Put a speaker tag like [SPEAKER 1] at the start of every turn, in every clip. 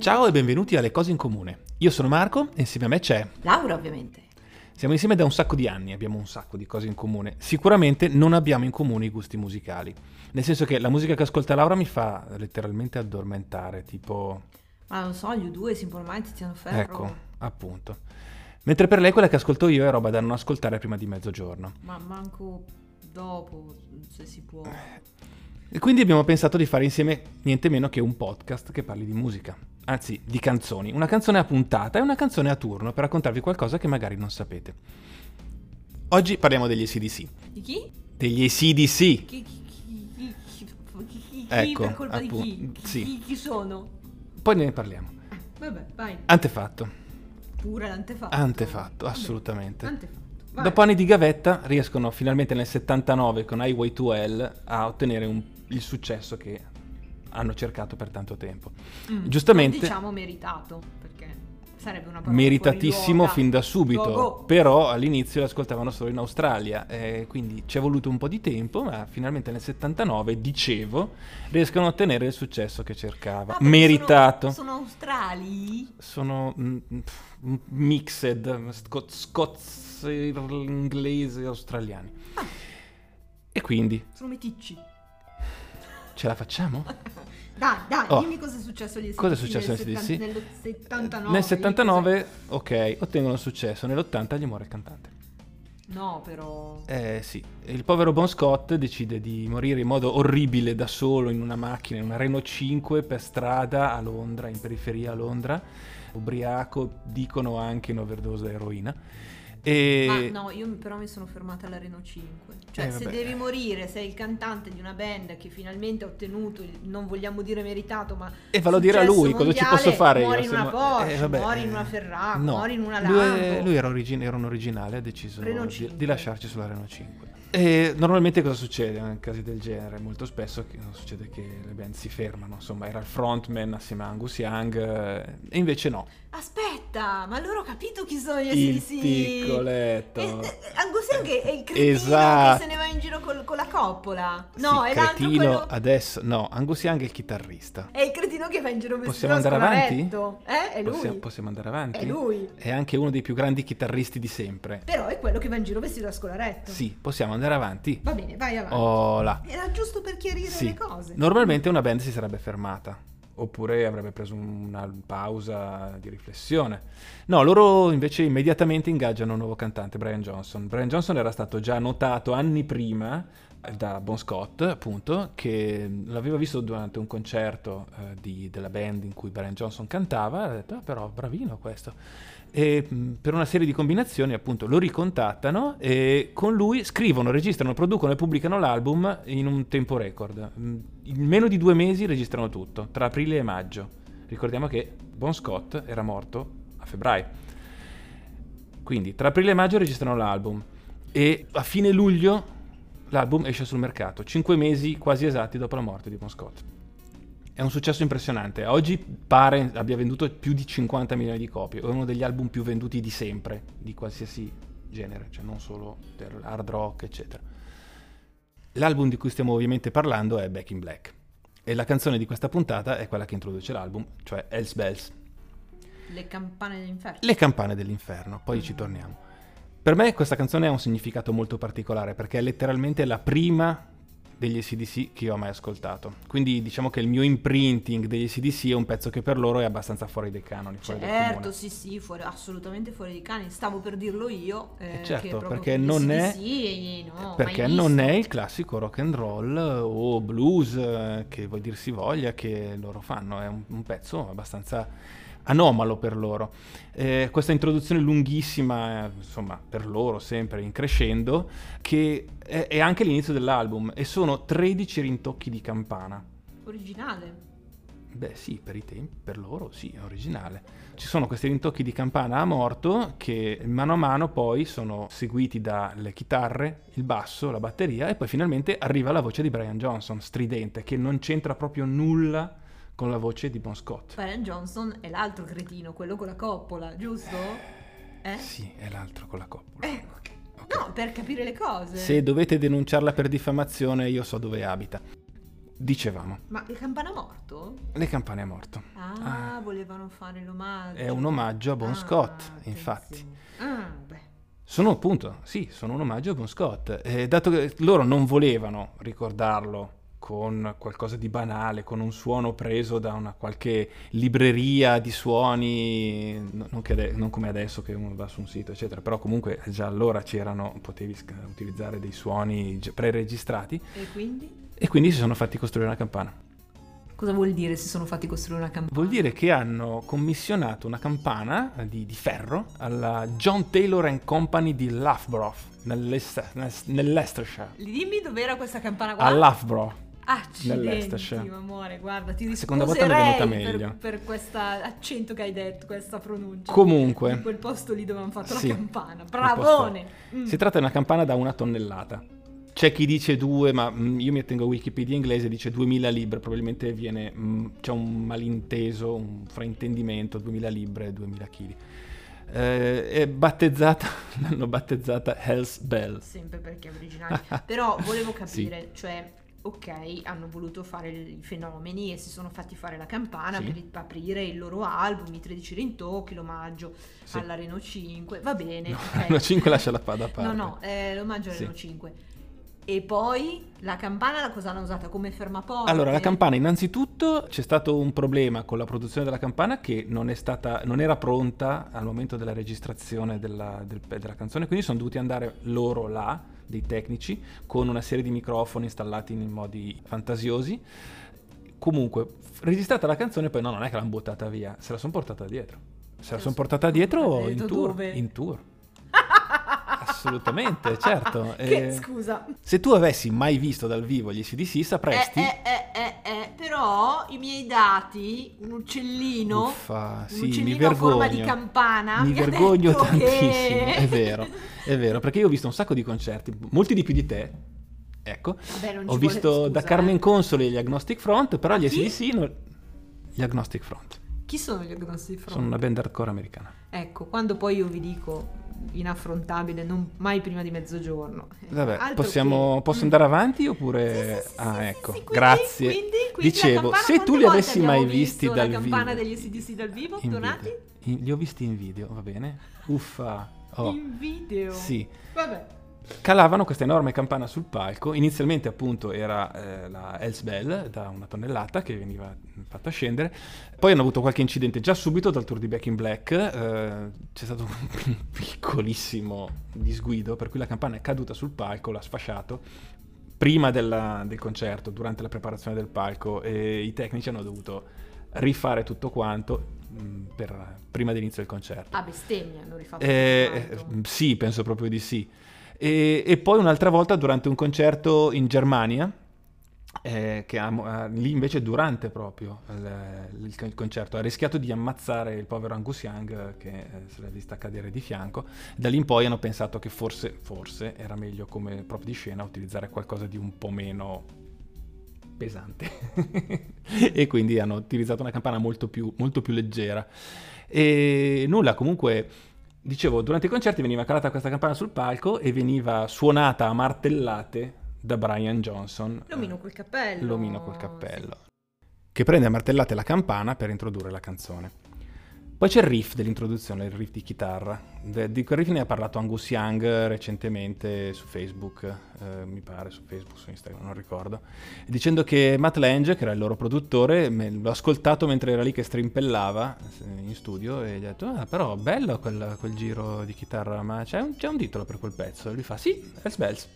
[SPEAKER 1] Ciao e benvenuti alle Cose in Comune. Io sono Marco e insieme a me c'è.
[SPEAKER 2] Laura, ovviamente.
[SPEAKER 1] Siamo insieme da un sacco di anni, abbiamo un sacco di cose in comune. Sicuramente non abbiamo in comune i gusti musicali. Nel senso che la musica che ascolta Laura mi fa letteralmente addormentare, tipo.
[SPEAKER 2] Ma non so, gli U2, Simple Minds, Tiziano Ferro.
[SPEAKER 1] Ecco, appunto. Mentre per lei quella che ascolto io è roba da non ascoltare prima di mezzogiorno.
[SPEAKER 2] Ma manco dopo, se si può.
[SPEAKER 1] E quindi abbiamo pensato di fare insieme niente meno che un podcast che parli di musica, anzi di canzoni, una canzone a puntata e una canzone a turno per raccontarvi qualcosa che magari non sapete. Oggi parliamo degli ACDC.
[SPEAKER 2] Di chi?
[SPEAKER 1] Degli ACDC!
[SPEAKER 2] Chi, chi, chi, chi, chi, chi, chi
[SPEAKER 1] Ecco,
[SPEAKER 2] per colpa di
[SPEAKER 1] appunto,
[SPEAKER 2] chi?
[SPEAKER 1] sì.
[SPEAKER 2] Chi, chi sono?
[SPEAKER 1] Poi ne parliamo.
[SPEAKER 2] Ah, Vabbè, vai,
[SPEAKER 1] Antefatto,
[SPEAKER 2] pure l'antefatto.
[SPEAKER 1] antefatto,
[SPEAKER 2] Vabbè,
[SPEAKER 1] assolutamente.
[SPEAKER 2] Antefatto. Vai.
[SPEAKER 1] Dopo anni di gavetta riescono finalmente nel 79 con Highway to Hell a ottenere un- il successo che hanno cercato per tanto tempo.
[SPEAKER 2] Mm,
[SPEAKER 1] giustamente-
[SPEAKER 2] Diciamo meritato, perché sarebbe una parola
[SPEAKER 1] meritatissimo
[SPEAKER 2] fuori
[SPEAKER 1] fin da subito,
[SPEAKER 2] Luogo.
[SPEAKER 1] però all'inizio l'ascoltavano solo in Australia, eh, quindi ci è voluto un po' di tempo, ma finalmente nel 79, dicevo, riescono a ottenere il successo che cercava.
[SPEAKER 2] Ah, perché
[SPEAKER 1] Meritato.
[SPEAKER 2] Sono, sono australi?
[SPEAKER 1] Sono, mm, pff, m- mixed, sco- scozzi, inglesi, australiani.
[SPEAKER 2] Ah.
[SPEAKER 1] E quindi
[SPEAKER 2] Sono meticci.
[SPEAKER 1] ce la facciamo?
[SPEAKER 2] Dai, dai,
[SPEAKER 1] Oh.
[SPEAKER 2] dimmi cosa è successo agli
[SPEAKER 1] Cosa è
[SPEAKER 2] SDC
[SPEAKER 1] successo
[SPEAKER 2] nel
[SPEAKER 1] agli SDC?
[SPEAKER 2] settan- Nello 79.
[SPEAKER 1] Nel 79, ok, ottengono successo, nell'80 gli muore il cantante.
[SPEAKER 2] No, però...
[SPEAKER 1] Eh sì, il povero Bon Scott decide di morire in modo orribile da solo in una macchina, in una Renault 5 per strada a Londra, in periferia a Londra, ubriaco, dicono anche in overdose di eroina. E...
[SPEAKER 2] Ma no, io però mi sono fermata alla Renault 5. Cioè,
[SPEAKER 1] Eh,
[SPEAKER 2] se
[SPEAKER 1] vabbè.
[SPEAKER 2] devi morire, sei il cantante di una band che finalmente ha ottenuto, il- non vogliamo dire meritato, ma...
[SPEAKER 1] E vallo a dire a
[SPEAKER 2] successo
[SPEAKER 1] lui, cosa ci
[SPEAKER 2] mondiale,
[SPEAKER 1] posso fare io?
[SPEAKER 2] Muori in
[SPEAKER 1] se
[SPEAKER 2] una
[SPEAKER 1] mu-
[SPEAKER 2] Porsche,
[SPEAKER 1] eh, vabbè,
[SPEAKER 2] muori in una
[SPEAKER 1] eh,
[SPEAKER 2] Ferrari,
[SPEAKER 1] no.
[SPEAKER 2] muori in una
[SPEAKER 1] Lui,
[SPEAKER 2] Lambo.
[SPEAKER 1] lui era, origine- era un originale, ha deciso
[SPEAKER 2] Renault
[SPEAKER 1] di,
[SPEAKER 2] 5.
[SPEAKER 1] di lasciarci sulla Renault 5. E normalmente cosa succede in casi del genere? Molto spesso che- succede che le band si fermano, insomma era il frontman assieme a Angus Young eh, e invece no,
[SPEAKER 2] Aspetta, ma allora ho capito chi sono gli
[SPEAKER 1] il
[SPEAKER 2] SDC.
[SPEAKER 1] piccoletto.
[SPEAKER 2] Eh, eh, Angus Young è è il cretino
[SPEAKER 1] Esatto.
[SPEAKER 2] che se ne va in giro col- con la coppola.
[SPEAKER 1] Sì,
[SPEAKER 2] No, è l'altro
[SPEAKER 1] cretino
[SPEAKER 2] quello...
[SPEAKER 1] adesso, no, Angus Young è il chitarrista.
[SPEAKER 2] È il cretino che va in giro vestito
[SPEAKER 1] Possiamo
[SPEAKER 2] da
[SPEAKER 1] andare avanti?
[SPEAKER 2] scolaretto. Eh? È lui.
[SPEAKER 1] Possiamo, possiamo andare avanti?
[SPEAKER 2] È lui.
[SPEAKER 1] È anche uno dei più grandi chitarristi di sempre.
[SPEAKER 2] Però è quello che va in giro vestito da scolaretto.
[SPEAKER 1] Sì, possiamo andare avanti.
[SPEAKER 2] Va bene, vai avanti.
[SPEAKER 1] Oh là.
[SPEAKER 2] Era giusto per chiarire
[SPEAKER 1] Sì.
[SPEAKER 2] le cose.
[SPEAKER 1] Normalmente una band si sarebbe fermata, oppure avrebbe preso una pausa di riflessione. No, loro invece immediatamente ingaggiano un nuovo cantante, Brian Johnson. Brian Johnson era stato già notato anni prima eh, da Bon Scott, appunto, che l'aveva visto durante un concerto eh, di- della band in cui Brian Johnson cantava, e ha detto, ah, però bravino questo. E mh, per una serie di combinazioni, appunto, lo ricontattano e con lui scrivono, registrano, producono e pubblicano l'album in un tempo record. Mh, In meno di due mesi registrano tutto, tra aprile e maggio. Ricordiamo che Bon Scott era morto a febbraio. Quindi tra aprile e maggio registrano l'album e a fine luglio l'album esce sul mercato, cinque mesi quasi esatti dopo la morte di Bon Scott. È un successo impressionante. Oggi pare abbia venduto più di 50 milioni di copie. È uno degli album più venduti di sempre, di qualsiasi genere, cioè non solo del hard rock, eccetera. L'album di cui stiamo ovviamente parlando è Back in Black. E la canzone di questa puntata è quella che introduce l'album, cioè Hells Bells.
[SPEAKER 2] Le campane dell'inferno.
[SPEAKER 1] Le campane dell'inferno, poi ci torniamo. Per me questa canzone ha un significato molto particolare perché è letteralmente la prima degli SDC che io ho mai ascoltato. Quindi diciamo che il mio imprinting degli SDC è un pezzo che per loro è abbastanza fuori dai canoni, fuori dal
[SPEAKER 2] Certo,
[SPEAKER 1] comune.
[SPEAKER 2] sì, sì, fuori- assolutamente fuori dei cani. Stavo per dirlo io. eh,
[SPEAKER 1] Eh, certo,
[SPEAKER 2] che proprio
[SPEAKER 1] perché
[SPEAKER 2] gli
[SPEAKER 1] non è-
[SPEAKER 2] SDC, eh, no,
[SPEAKER 1] Perché
[SPEAKER 2] mai
[SPEAKER 1] non
[SPEAKER 2] visto.
[SPEAKER 1] è il classico rock and roll eh, o blues eh, che vuol dir si voglia che loro fanno, è un, un pezzo abbastanza anomalo per loro. Eh, questa introduzione lunghissima, eh, insomma, per loro sempre in crescendo, che è, è anche l'inizio dell'album e sono 13 rintocchi di campana.
[SPEAKER 2] originale.
[SPEAKER 1] Beh sì, per i tempi, per loro sì, è originale. Ci sono questi rintocchi di campana a morto che mano a mano poi sono seguiti dalle chitarre, il basso, la batteria e poi finalmente arriva la voce di Brian Johnson, stridente, che non c'entra proprio nulla con la voce di Bon Scott.
[SPEAKER 2] Brian Johnson è l'altro cretino, quello con la coppola, giusto? Eh?
[SPEAKER 1] Sì, è l'altro con la coppola.
[SPEAKER 2] Eh, No, per capire le cose.
[SPEAKER 1] Se dovete denunciarla per diffamazione io so dove abita. Dicevamo,
[SPEAKER 2] Ma il campana morto?
[SPEAKER 1] Le campane è morto.
[SPEAKER 2] Ah, volevano fare l'omaggio.
[SPEAKER 1] È un omaggio a Bon
[SPEAKER 2] Ah,
[SPEAKER 1] Scott, infatti.
[SPEAKER 2] attenzione. Ah, beh.
[SPEAKER 1] Sono appunto, sì, sono un omaggio a Bon Scott. Eh, dato che loro non volevano ricordarlo con qualcosa di banale, con un suono preso da una qualche libreria di suoni, no- non, che ade- non come adesso che uno va su un sito, eccetera, però comunque già allora c'erano, potevi sc- utilizzare dei suoni già preregistrati
[SPEAKER 2] E quindi?
[SPEAKER 1] e quindi si sono fatti costruire una campana.
[SPEAKER 2] Cosa vuol dire se sono fatti costruire una campana?
[SPEAKER 1] Vuol dire che hanno commissionato una campana eh, di, di ferro alla John Taylor and Company di Loughborough, nell'Est- nel- nell'Leicestershire.
[SPEAKER 2] Dimmi dov'era questa campana qua?
[SPEAKER 1] A Loughborough.
[SPEAKER 2] Accidenti,
[SPEAKER 1] nell'Estascia.
[SPEAKER 2] mio amore, guarda, ti
[SPEAKER 1] La
[SPEAKER 2] risposerei
[SPEAKER 1] seconda volta mi è venuta meglio.
[SPEAKER 2] Per, per questo accento che hai detto, questa pronuncia. Di
[SPEAKER 1] Comunque,
[SPEAKER 2] quel posto lì dove hanno fatto
[SPEAKER 1] Sì.
[SPEAKER 2] la campana. Bravone! Mm.
[SPEAKER 1] si tratta di una campana da una tonnellata. C'è chi dice due, ma mm, io mi attengo a Wikipedia inglese, dice 2000 libbre, probabilmente viene, mm, c'è un malinteso, un fraintendimento, 2000 libbre, 2000 kg. Eh, è battezzata, l'hanno battezzata Hell's Bells.
[SPEAKER 2] Sempre perché è originale. Però volevo capire, cioè, ok, hanno voluto fare i fenomeni e si sono fatti fare la campana
[SPEAKER 1] Sì.
[SPEAKER 2] per i- aprire il loro album, i 13 rintocchi, l'omaggio
[SPEAKER 1] Sì.
[SPEAKER 2] alla Reno 5, va bene.
[SPEAKER 1] No,
[SPEAKER 2] ok.
[SPEAKER 1] la 5 lasciala pa- da parte.
[SPEAKER 2] No, no, eh, l'omaggio alla
[SPEAKER 1] Sì.
[SPEAKER 2] Reno 5. E poi la campana la cosa l'hanno usata come fermaporte?
[SPEAKER 1] Allora, la campana, innanzitutto c'è stato un problema con la produzione della campana che non, è stata, non era pronta al momento della registrazione della, del- della canzone, quindi sono dovuti andare loro là, dei tecnici, con una serie di microfoni installati in modi fantasiosi. Comunque, f- registrata la canzone, poi no, non è che l'hanno buttata via, se la sono portata dietro. Se la sono portata dietro
[SPEAKER 2] Ha
[SPEAKER 1] in
[SPEAKER 2] detto
[SPEAKER 1] tour.
[SPEAKER 2] dove?
[SPEAKER 1] In tour. Assolutamente, certo.
[SPEAKER 2] Che
[SPEAKER 1] Eh,
[SPEAKER 2] scusa.
[SPEAKER 1] Se tu avessi mai visto dal vivo gli CDC, sapresti...
[SPEAKER 2] Eh, eh, eh, eh, eh, però i miei dati, un uccellino,
[SPEAKER 1] Uffa,
[SPEAKER 2] eh, un
[SPEAKER 1] sì, mi
[SPEAKER 2] uccellino a
[SPEAKER 1] vergogno.
[SPEAKER 2] forma di campana,
[SPEAKER 1] mi
[SPEAKER 2] mi ha
[SPEAKER 1] vergogno
[SPEAKER 2] detto
[SPEAKER 1] tantissimo,
[SPEAKER 2] che-
[SPEAKER 1] è vero, è vero, perché io ho visto un sacco di concerti, molti di più di te. Ecco,
[SPEAKER 2] Vabbè, non ci
[SPEAKER 1] ho
[SPEAKER 2] vuole
[SPEAKER 1] visto
[SPEAKER 2] scusa,
[SPEAKER 1] da
[SPEAKER 2] eh. Ah,
[SPEAKER 1] Carmen Console gli Agnostic Front, però gli
[SPEAKER 2] Chi?
[SPEAKER 1] SDC non... Gli Agnostic Front,
[SPEAKER 2] Chi sono gli agnostici front?
[SPEAKER 1] sono una band hardcore americana.
[SPEAKER 2] Ecco, quando poi io vi dico inaffrontabile, non mai prima di mezzogiorno. Eh,
[SPEAKER 1] Vabbè,
[SPEAKER 2] altro
[SPEAKER 1] possiamo,
[SPEAKER 2] che-
[SPEAKER 1] posso
[SPEAKER 2] Mm.
[SPEAKER 1] andare avanti oppure...
[SPEAKER 2] Sì, sì, sì,
[SPEAKER 1] ah,
[SPEAKER 2] sì, sì,
[SPEAKER 1] ecco,
[SPEAKER 2] sì, quindi-
[SPEAKER 1] grazie.
[SPEAKER 2] quindi- quindi la
[SPEAKER 1] Dicevo,
[SPEAKER 2] campana,
[SPEAKER 1] se
[SPEAKER 2] quante
[SPEAKER 1] tu li
[SPEAKER 2] volte
[SPEAKER 1] avessi
[SPEAKER 2] abbiamo
[SPEAKER 1] mai visti
[SPEAKER 2] visto
[SPEAKER 1] dal
[SPEAKER 2] la
[SPEAKER 1] vivo...
[SPEAKER 2] campana degli SDC dal vivo,
[SPEAKER 1] In
[SPEAKER 2] Donati?
[SPEAKER 1] video. In- li ho visti in video, va bene? Uffa. Oh.
[SPEAKER 2] In video.
[SPEAKER 1] Sì,
[SPEAKER 2] Vabbè.
[SPEAKER 1] calavano questa enorme campana sul palco. Inizialmente, appunto, era eh, la Hells Bell da una tonnellata che veniva mh, fatta scendere. Poi hanno avuto qualche incidente già subito dal tour di Back in Black. eh, c'è stato un piccolissimo disguido, per cui la campana è caduta sul palco, l'ha sfasciato. Prima della- del concerto, durante la preparazione del palco, e i tecnici hanno dovuto rifare tutto quanto mh, per- prima dell'inizio del concerto.
[SPEAKER 2] Ah, bestemmia, hanno rifatto
[SPEAKER 1] Eh,
[SPEAKER 2] tutto quanto.
[SPEAKER 1] eh, sì, penso proprio di sì. E, e poi un'altra volta durante un concerto in Germania, eh, che amo- ah, lì invece durante proprio il, il- il concerto, ha rischiato di ammazzare il povero Angus Young eh, che eh, se l'è vista cadere di fianco. Da lì in poi hanno pensato che forse, forse era meglio come prop di scena utilizzare qualcosa di un po' meno pesante e quindi hanno utilizzato una campana molto più, molto più leggera e nulla comunque dicevo durante i concerti veniva calata questa campana sul palco e veniva suonata a martellate da Brian Johnson
[SPEAKER 2] L'omino col cappello.
[SPEAKER 1] l'omino col cappello che prende a martellate la campana per introdurre la canzone poi c'è il riff dell'introduzione, il riff di chitarra. De- di quel riff ne ha parlato Angus Young eh, recentemente su Facebook, eh, mi pare, su Facebook, su Instagram, non ricordo, dicendo che Matt Lange, che era il loro produttore, me- l'ho ascoltato mentre era lì che strimpellava eh, in studio e gli ha detto, ah però bello quel, quel giro di chitarra, ma c'è un, c'è un titolo per quel pezzo? E lui fa, sì, Hells Bells.
[SPEAKER 2] sì.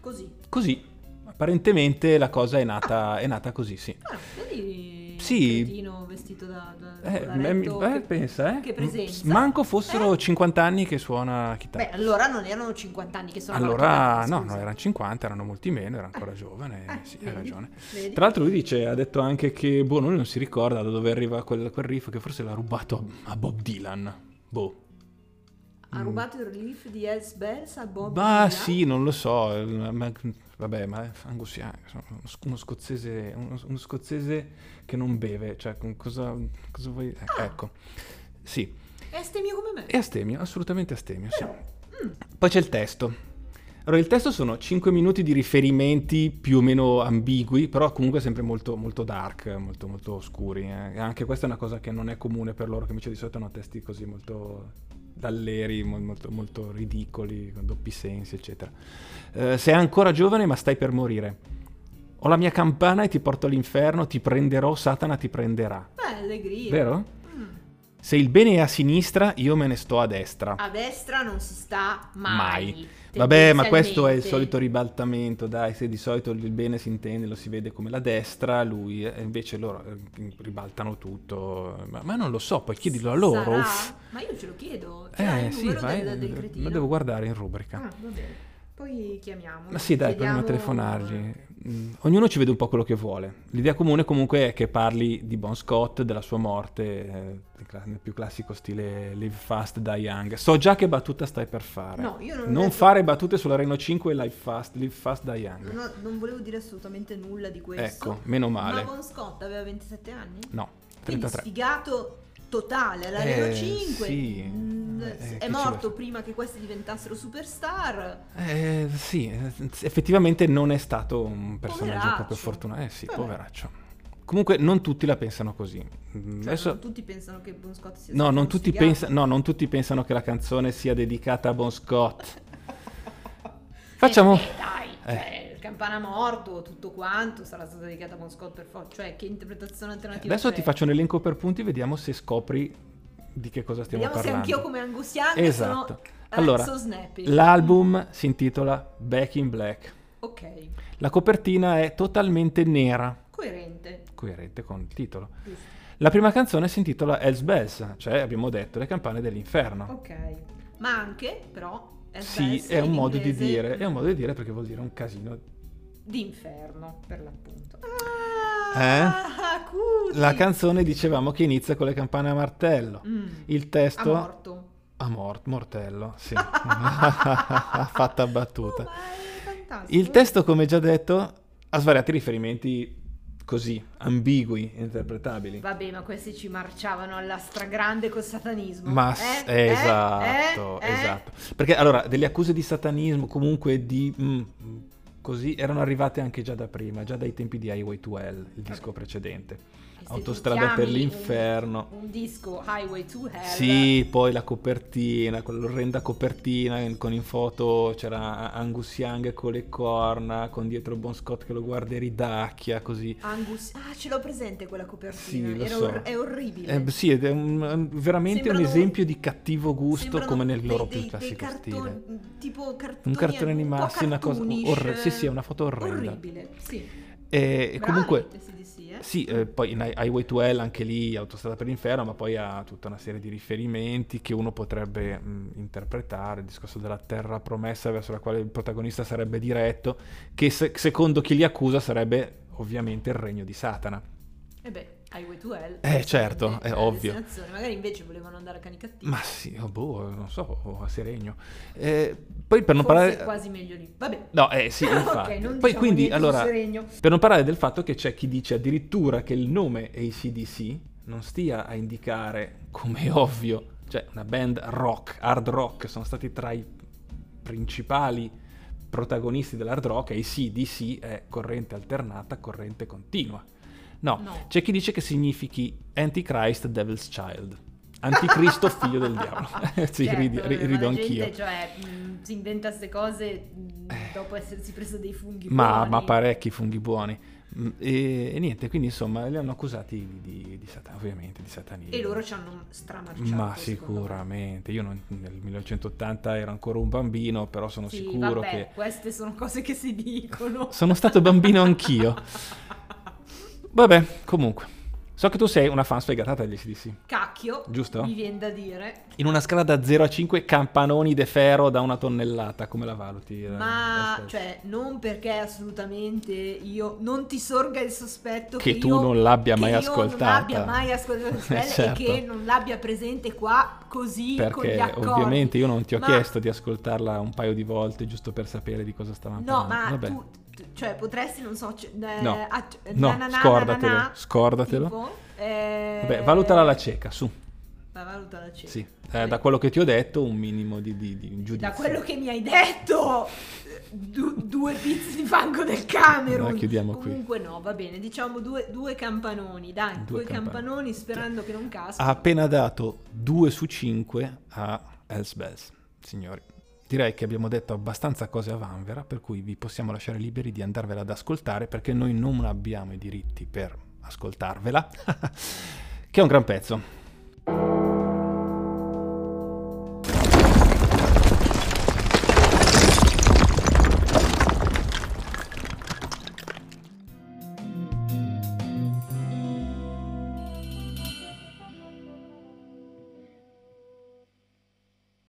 [SPEAKER 2] Così.
[SPEAKER 1] Così, apparentemente la cosa è nata, è nata così, sì.
[SPEAKER 2] Ah, vedi
[SPEAKER 1] Sì.
[SPEAKER 2] il cretino vestito da, da, da
[SPEAKER 1] Eh,
[SPEAKER 2] colaretto
[SPEAKER 1] me- eh,
[SPEAKER 2] che-
[SPEAKER 1] pensa, eh.
[SPEAKER 2] che presenza.
[SPEAKER 1] Manco fossero
[SPEAKER 2] Eh?
[SPEAKER 1] 50 anni che suona chitarra.
[SPEAKER 2] Beh, allora non erano 50 anni che sono
[SPEAKER 1] allora,
[SPEAKER 2] avanti,
[SPEAKER 1] no,
[SPEAKER 2] scusa.
[SPEAKER 1] non erano 50, erano molti meno, era ancora
[SPEAKER 2] Eh.
[SPEAKER 1] giovane,
[SPEAKER 2] Eh,
[SPEAKER 1] sì, hai
[SPEAKER 2] vedi?
[SPEAKER 1] ragione.
[SPEAKER 2] Vedi?
[SPEAKER 1] Tra l'altro lui dice, ha detto anche che, boh, lui non si ricorda da dove arriva quel, quel riff, che forse l'ha rubato a, a Bob Dylan, boh.
[SPEAKER 2] Ha rubato il relief di Els Bells a Bob
[SPEAKER 1] Ma
[SPEAKER 2] Dylan?
[SPEAKER 1] sì, non lo so, eh, ma- vabbè, ma è Angus Young, insomma, uno, sc- uno scozzese, uno, uno scozzese che non beve, cioè, con cosa, cosa vuoi... eh,
[SPEAKER 2] Ah.
[SPEAKER 1] Ecco, sì.
[SPEAKER 2] È stemio come me.
[SPEAKER 1] Eh, È astemio, assolutamente astemio, sì. Poi c'è il testo. Allora, il testo sono 5 minuti di riferimenti più o meno ambigui, però comunque sempre molto, molto dark, molto, molto oscuri. eh. Anche questa è una cosa che non è comune per loro, che invece di solito hanno testi così molto dalleri, mo- molto, molto ridicoli, con doppi sensi, eccetera. Eh, sei ancora giovane ma stai per morire. Ho la mia campana e ti porto all'inferno, ti prenderò, Satana ti prenderà.
[SPEAKER 2] Beh, allegria.
[SPEAKER 1] Vero?
[SPEAKER 2] Mm.
[SPEAKER 1] Se il bene è a sinistra, io me ne sto a destra.
[SPEAKER 2] A destra non si sta
[SPEAKER 1] Mai.
[SPEAKER 2] mai.
[SPEAKER 1] Vabbè, ma questo è il
[SPEAKER 2] tendenzialmente.
[SPEAKER 1] solito ribaltamento, dai, se di solito il bene si intende, lo si vede come la destra, lui, e invece loro eh, ribaltano tutto, ma, ma non lo so, poi chiedilo a loro.
[SPEAKER 2] Sarà?
[SPEAKER 1] uff.
[SPEAKER 2] Ma io ce lo chiedo. Cioè,
[SPEAKER 1] Eh
[SPEAKER 2] il
[SPEAKER 1] sì,
[SPEAKER 2] numero
[SPEAKER 1] vai,
[SPEAKER 2] del, del cretino.
[SPEAKER 1] lo devo guardare in rubrica.
[SPEAKER 2] Ah, va bene. Poi chiamiamo.
[SPEAKER 1] Ma sì, dai, proviamo a telefonargli. Mm, Ognuno ci vede un po' quello che vuole. L'idea comune comunque è che parli di Bon Scott, della sua morte, eh, nel cla- nel più classico stile Live Fast, Die Young. So già che battuta stai per fare.
[SPEAKER 2] No, io non, ho
[SPEAKER 1] Non
[SPEAKER 2] detto-
[SPEAKER 1] fare battute sulla Reno 5 e Live Fast, Live Fast, Die Young.
[SPEAKER 2] non ho- non volevo dire assolutamente nulla di questo.
[SPEAKER 1] Ecco, meno
[SPEAKER 2] Ma
[SPEAKER 1] male.
[SPEAKER 2] Bon Scott aveva 27 anni?
[SPEAKER 1] No,
[SPEAKER 2] Quindi
[SPEAKER 1] 33.
[SPEAKER 2] sfigato totale alla
[SPEAKER 1] Eh,
[SPEAKER 2] Reno 5.
[SPEAKER 1] sì.
[SPEAKER 2] Mm,
[SPEAKER 1] Eh, che
[SPEAKER 2] è
[SPEAKER 1] ci
[SPEAKER 2] morto
[SPEAKER 1] vuoi?
[SPEAKER 2] prima che questi diventassero superstar.
[SPEAKER 1] Eh, sì, eh, effettivamente non è stato un personaggio proprio
[SPEAKER 2] Poveraccio.
[SPEAKER 1] fortunato. Eh sì,
[SPEAKER 2] Vabbè.
[SPEAKER 1] poveraccio. Comunque non tutti la pensano così. Mm,
[SPEAKER 2] Cioè,
[SPEAKER 1] Adesso...
[SPEAKER 2] non tutti pensano che Bon Scott sia
[SPEAKER 1] No
[SPEAKER 2] stato
[SPEAKER 1] non,
[SPEAKER 2] uno
[SPEAKER 1] tutti
[SPEAKER 2] sfigato.
[SPEAKER 1] pensa- no, non tutti pensano che la canzone sia dedicata a Bon Scott. Facciamo...
[SPEAKER 2] Eh, eh, dai, cioè, il campana morto, tutto quanto sarà stato dedicato a Bon Scott per forza. Cioè, che interpretazione alternativa
[SPEAKER 1] Adesso
[SPEAKER 2] c'è?
[SPEAKER 1] ti faccio un elenco per punti, vediamo se scopri di che cosa stiamo
[SPEAKER 2] Vediamo se
[SPEAKER 1] parlando.
[SPEAKER 2] anch'io come Angus Young
[SPEAKER 1] Esatto.
[SPEAKER 2] sono eh,
[SPEAKER 1] Allora,
[SPEAKER 2] so snappy.
[SPEAKER 1] L'album si intitola Back in Black.
[SPEAKER 2] Ok,
[SPEAKER 1] La copertina è totalmente nera,
[SPEAKER 2] coerente.
[SPEAKER 1] coerente con il titolo.
[SPEAKER 2] giusto.
[SPEAKER 1] La prima canzone si intitola Hells Bells, cioè abbiamo detto le campane dell'inferno.
[SPEAKER 2] Ok. Ma anche, però, è
[SPEAKER 1] Sì,
[SPEAKER 2] best
[SPEAKER 1] è un
[SPEAKER 2] in
[SPEAKER 1] modo di
[SPEAKER 2] inglese
[SPEAKER 1] dire, è un modo di dire perché vuol dire un casino.
[SPEAKER 2] D'inferno, per l'appunto.
[SPEAKER 1] Eh?
[SPEAKER 2] Ah, acuti.
[SPEAKER 1] La canzone dicevamo che inizia con le campane a martello.
[SPEAKER 2] Mm.
[SPEAKER 1] Il
[SPEAKER 2] Ha
[SPEAKER 1] testo
[SPEAKER 2] morto.
[SPEAKER 1] a mort- mortello, sì. Fatta
[SPEAKER 2] Oh,
[SPEAKER 1] battuta.
[SPEAKER 2] ma è fantastico.
[SPEAKER 1] Il testo, come già detto, ha svariati riferimenti così, ambigui, interpretabili.
[SPEAKER 2] Vabbè, ma questi ci marciavano alla stragrande col satanismo.
[SPEAKER 1] Ma
[SPEAKER 2] Eh?
[SPEAKER 1] s-
[SPEAKER 2] Eh?
[SPEAKER 1] esatto,
[SPEAKER 2] Eh? Eh?
[SPEAKER 1] esatto. Perché allora delle accuse di satanismo, comunque di mm, mm, così, erano arrivate anche già da prima, già dai tempi di Highway to Hell, il disco precedente.
[SPEAKER 2] E se tu
[SPEAKER 1] Autostrada per
[SPEAKER 2] chiami
[SPEAKER 1] l'inferno.
[SPEAKER 2] Un, un disco Highway to Hell.
[SPEAKER 1] Sì, poi la copertina, quell'orrenda copertina in- con in foto c'era Angus Young con le corna, con dietro Bon Scott che lo guarda e ridacchia, così.
[SPEAKER 2] Angus. Ah, ce l'ho presente quella copertina.
[SPEAKER 1] Sì, lo
[SPEAKER 2] Era
[SPEAKER 1] so.
[SPEAKER 2] or- è orribile.
[SPEAKER 1] Eh, sì, ed è un- è un- veramente
[SPEAKER 2] Sembrano-
[SPEAKER 1] un esempio di cattivo gusto
[SPEAKER 2] Sembrano
[SPEAKER 1] come nel
[SPEAKER 2] dei-
[SPEAKER 1] loro
[SPEAKER 2] dei-
[SPEAKER 1] più
[SPEAKER 2] dei
[SPEAKER 1] classico
[SPEAKER 2] cartoni- mm,
[SPEAKER 1] stile.
[SPEAKER 2] Tipo cartoni
[SPEAKER 1] Un cartone animato,
[SPEAKER 2] po'
[SPEAKER 1] sì, una cosa
[SPEAKER 2] cartoonish,
[SPEAKER 1] orre- sì, sì, è una foto orrenda.
[SPEAKER 2] Orribile, sì.
[SPEAKER 1] E, e
[SPEAKER 2] Bravi,
[SPEAKER 1] comunque...
[SPEAKER 2] sì, di sì, eh.
[SPEAKER 1] Sì, eh, poi in Hi- Highway to Hell anche lì Autostrada per l'inferno, ma poi ha tutta una serie di riferimenti che uno potrebbe mh, interpretare, il discorso della terra promessa verso la quale il protagonista sarebbe diretto, che se- secondo chi li accusa sarebbe ovviamente il regno di Satana.
[SPEAKER 2] E Eh beh, Highway to Hell.
[SPEAKER 1] Eh, certo,
[SPEAKER 2] quindi,
[SPEAKER 1] è
[SPEAKER 2] eh,
[SPEAKER 1] ovvio.
[SPEAKER 2] destinazione. Magari invece volevano andare a cani cattivi.
[SPEAKER 1] Ma sì, oh, boh, non so, o a Seregno. Eh, poi per non
[SPEAKER 2] Forse
[SPEAKER 1] parlare...
[SPEAKER 2] è quasi meglio lì. Vabbè.
[SPEAKER 1] No, eh sì,
[SPEAKER 2] Ok,
[SPEAKER 1] infatti.
[SPEAKER 2] non
[SPEAKER 1] poi
[SPEAKER 2] diciamo
[SPEAKER 1] quindi,
[SPEAKER 2] niente su
[SPEAKER 1] allora,
[SPEAKER 2] Seregno.
[SPEAKER 1] Per non parlare del fatto che c'è chi dice addirittura che il nome ACDC non stia a indicare, come è ovvio, cioè una band rock, hard rock, sono stati tra i principali protagonisti dell'hard rock, ACDC è corrente alternata, corrente continua. No,
[SPEAKER 2] No.
[SPEAKER 1] c'è chi dice che significhi Antichrist Devil's Child, anticristo figlio del diavolo. sì,
[SPEAKER 2] Certo,
[SPEAKER 1] ridi- ri-
[SPEAKER 2] ma
[SPEAKER 1] rido
[SPEAKER 2] la gente,
[SPEAKER 1] anch'io. Eh.
[SPEAKER 2] cioè, mh, si inventa queste cose mh, dopo essersi preso dei funghi
[SPEAKER 1] ma,
[SPEAKER 2] buoni.
[SPEAKER 1] ma parecchi funghi buoni. Mm, E, e niente, quindi insomma li hanno accusati di, di, di sata- ovviamente di satanismo.
[SPEAKER 2] E loro ci hanno stramarciato.
[SPEAKER 1] Ma
[SPEAKER 2] secondo me.
[SPEAKER 1] sicuramente, io non- nel 1980 ero ancora un bambino, però sono
[SPEAKER 2] Sì,
[SPEAKER 1] sicuro
[SPEAKER 2] vabbè,
[SPEAKER 1] che...
[SPEAKER 2] queste sono cose che si dicono.
[SPEAKER 1] Sono stato bambino anch'io. Vabbè, comunque. So che tu sei una fan sfegatata degli CDC.
[SPEAKER 2] Cacchio,
[SPEAKER 1] Giusto?
[SPEAKER 2] mi viene da dire.
[SPEAKER 1] In una scala da 0 a 5 campanoni de ferro da una tonnellata, come la valuti? eh,
[SPEAKER 2] Ma
[SPEAKER 1] Estes?
[SPEAKER 2] cioè, non perché assolutamente io non ti sorga il sospetto
[SPEAKER 1] Che
[SPEAKER 2] che,
[SPEAKER 1] tu
[SPEAKER 2] io-
[SPEAKER 1] non l'abbia
[SPEAKER 2] che
[SPEAKER 1] mai
[SPEAKER 2] io
[SPEAKER 1] ascoltata.
[SPEAKER 2] Non l'abbia mai ascoltato
[SPEAKER 1] Eh,
[SPEAKER 2] Stella
[SPEAKER 1] certo.
[SPEAKER 2] e che non l'abbia presente qua così con gli
[SPEAKER 1] Perché
[SPEAKER 2] accordi.
[SPEAKER 1] ovviamente io non ti ho
[SPEAKER 2] Ma-
[SPEAKER 1] chiesto di ascoltarla un paio di volte giusto per sapere di cosa stavamo
[SPEAKER 2] No, ma
[SPEAKER 1] parlando. Vabbè.
[SPEAKER 2] tu, tu- cioè potresti non so, c- eh,
[SPEAKER 1] No,
[SPEAKER 2] ac- eh,
[SPEAKER 1] no,
[SPEAKER 2] na- na- na-
[SPEAKER 1] scordatelo,
[SPEAKER 2] na- na-
[SPEAKER 1] scordatelo.
[SPEAKER 2] tipo, eh,
[SPEAKER 1] Vabbè, valutala alla cieca, su.
[SPEAKER 2] Va questa valuta da cena.
[SPEAKER 1] Sì, eh, da quello che ti ho detto un minimo di, di, di giudizio.
[SPEAKER 2] Da quello che mi hai detto, du- due pizzi di fango del Camerun.
[SPEAKER 1] No, chiudiamo qui.
[SPEAKER 2] Comunque no, va bene, diciamo due, due campanoni, dai,
[SPEAKER 1] Due
[SPEAKER 2] due, campanoni.
[SPEAKER 1] campan-
[SPEAKER 2] sperando che non caschi.
[SPEAKER 1] Ha appena dato 2 su 5 a Els Bells, signori. Direi che abbiamo detto abbastanza cose a Vanvera, per cui vi possiamo lasciare liberi di andarvela ad ascoltare, perché noi non abbiamo i diritti per ascoltarvela, che è un gran pezzo.